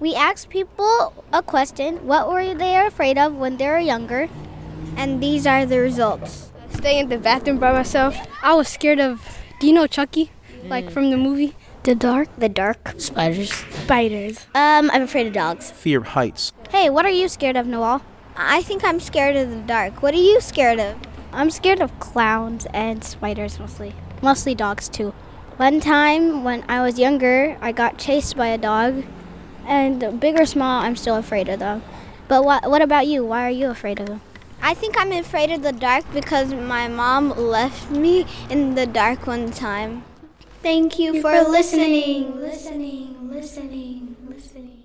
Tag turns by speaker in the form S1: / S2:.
S1: We asked people a question what were they afraid of when they were younger? And these are the results.
S2: Stay in the bathroom by myself. I was scared of, do you know Chucky? Like from the movie?
S1: The dark. The dark.
S3: Spiders.
S2: Spiders.
S1: Um, I'm afraid of dogs.
S4: Fear of heights.
S1: Hey, what are you scared of, Noel?
S5: I think I'm scared of the dark. What are you scared of?
S1: I'm scared of clowns and spiders mostly. Mostly dogs too. One time when I was younger, I got chased by a dog. And big or small, I'm still afraid of them. But what, what about you? Why are you afraid of them?
S5: I think I'm afraid of the dark because my mom left me in the dark one time.
S6: Thank you for listening, listening, listening, listening.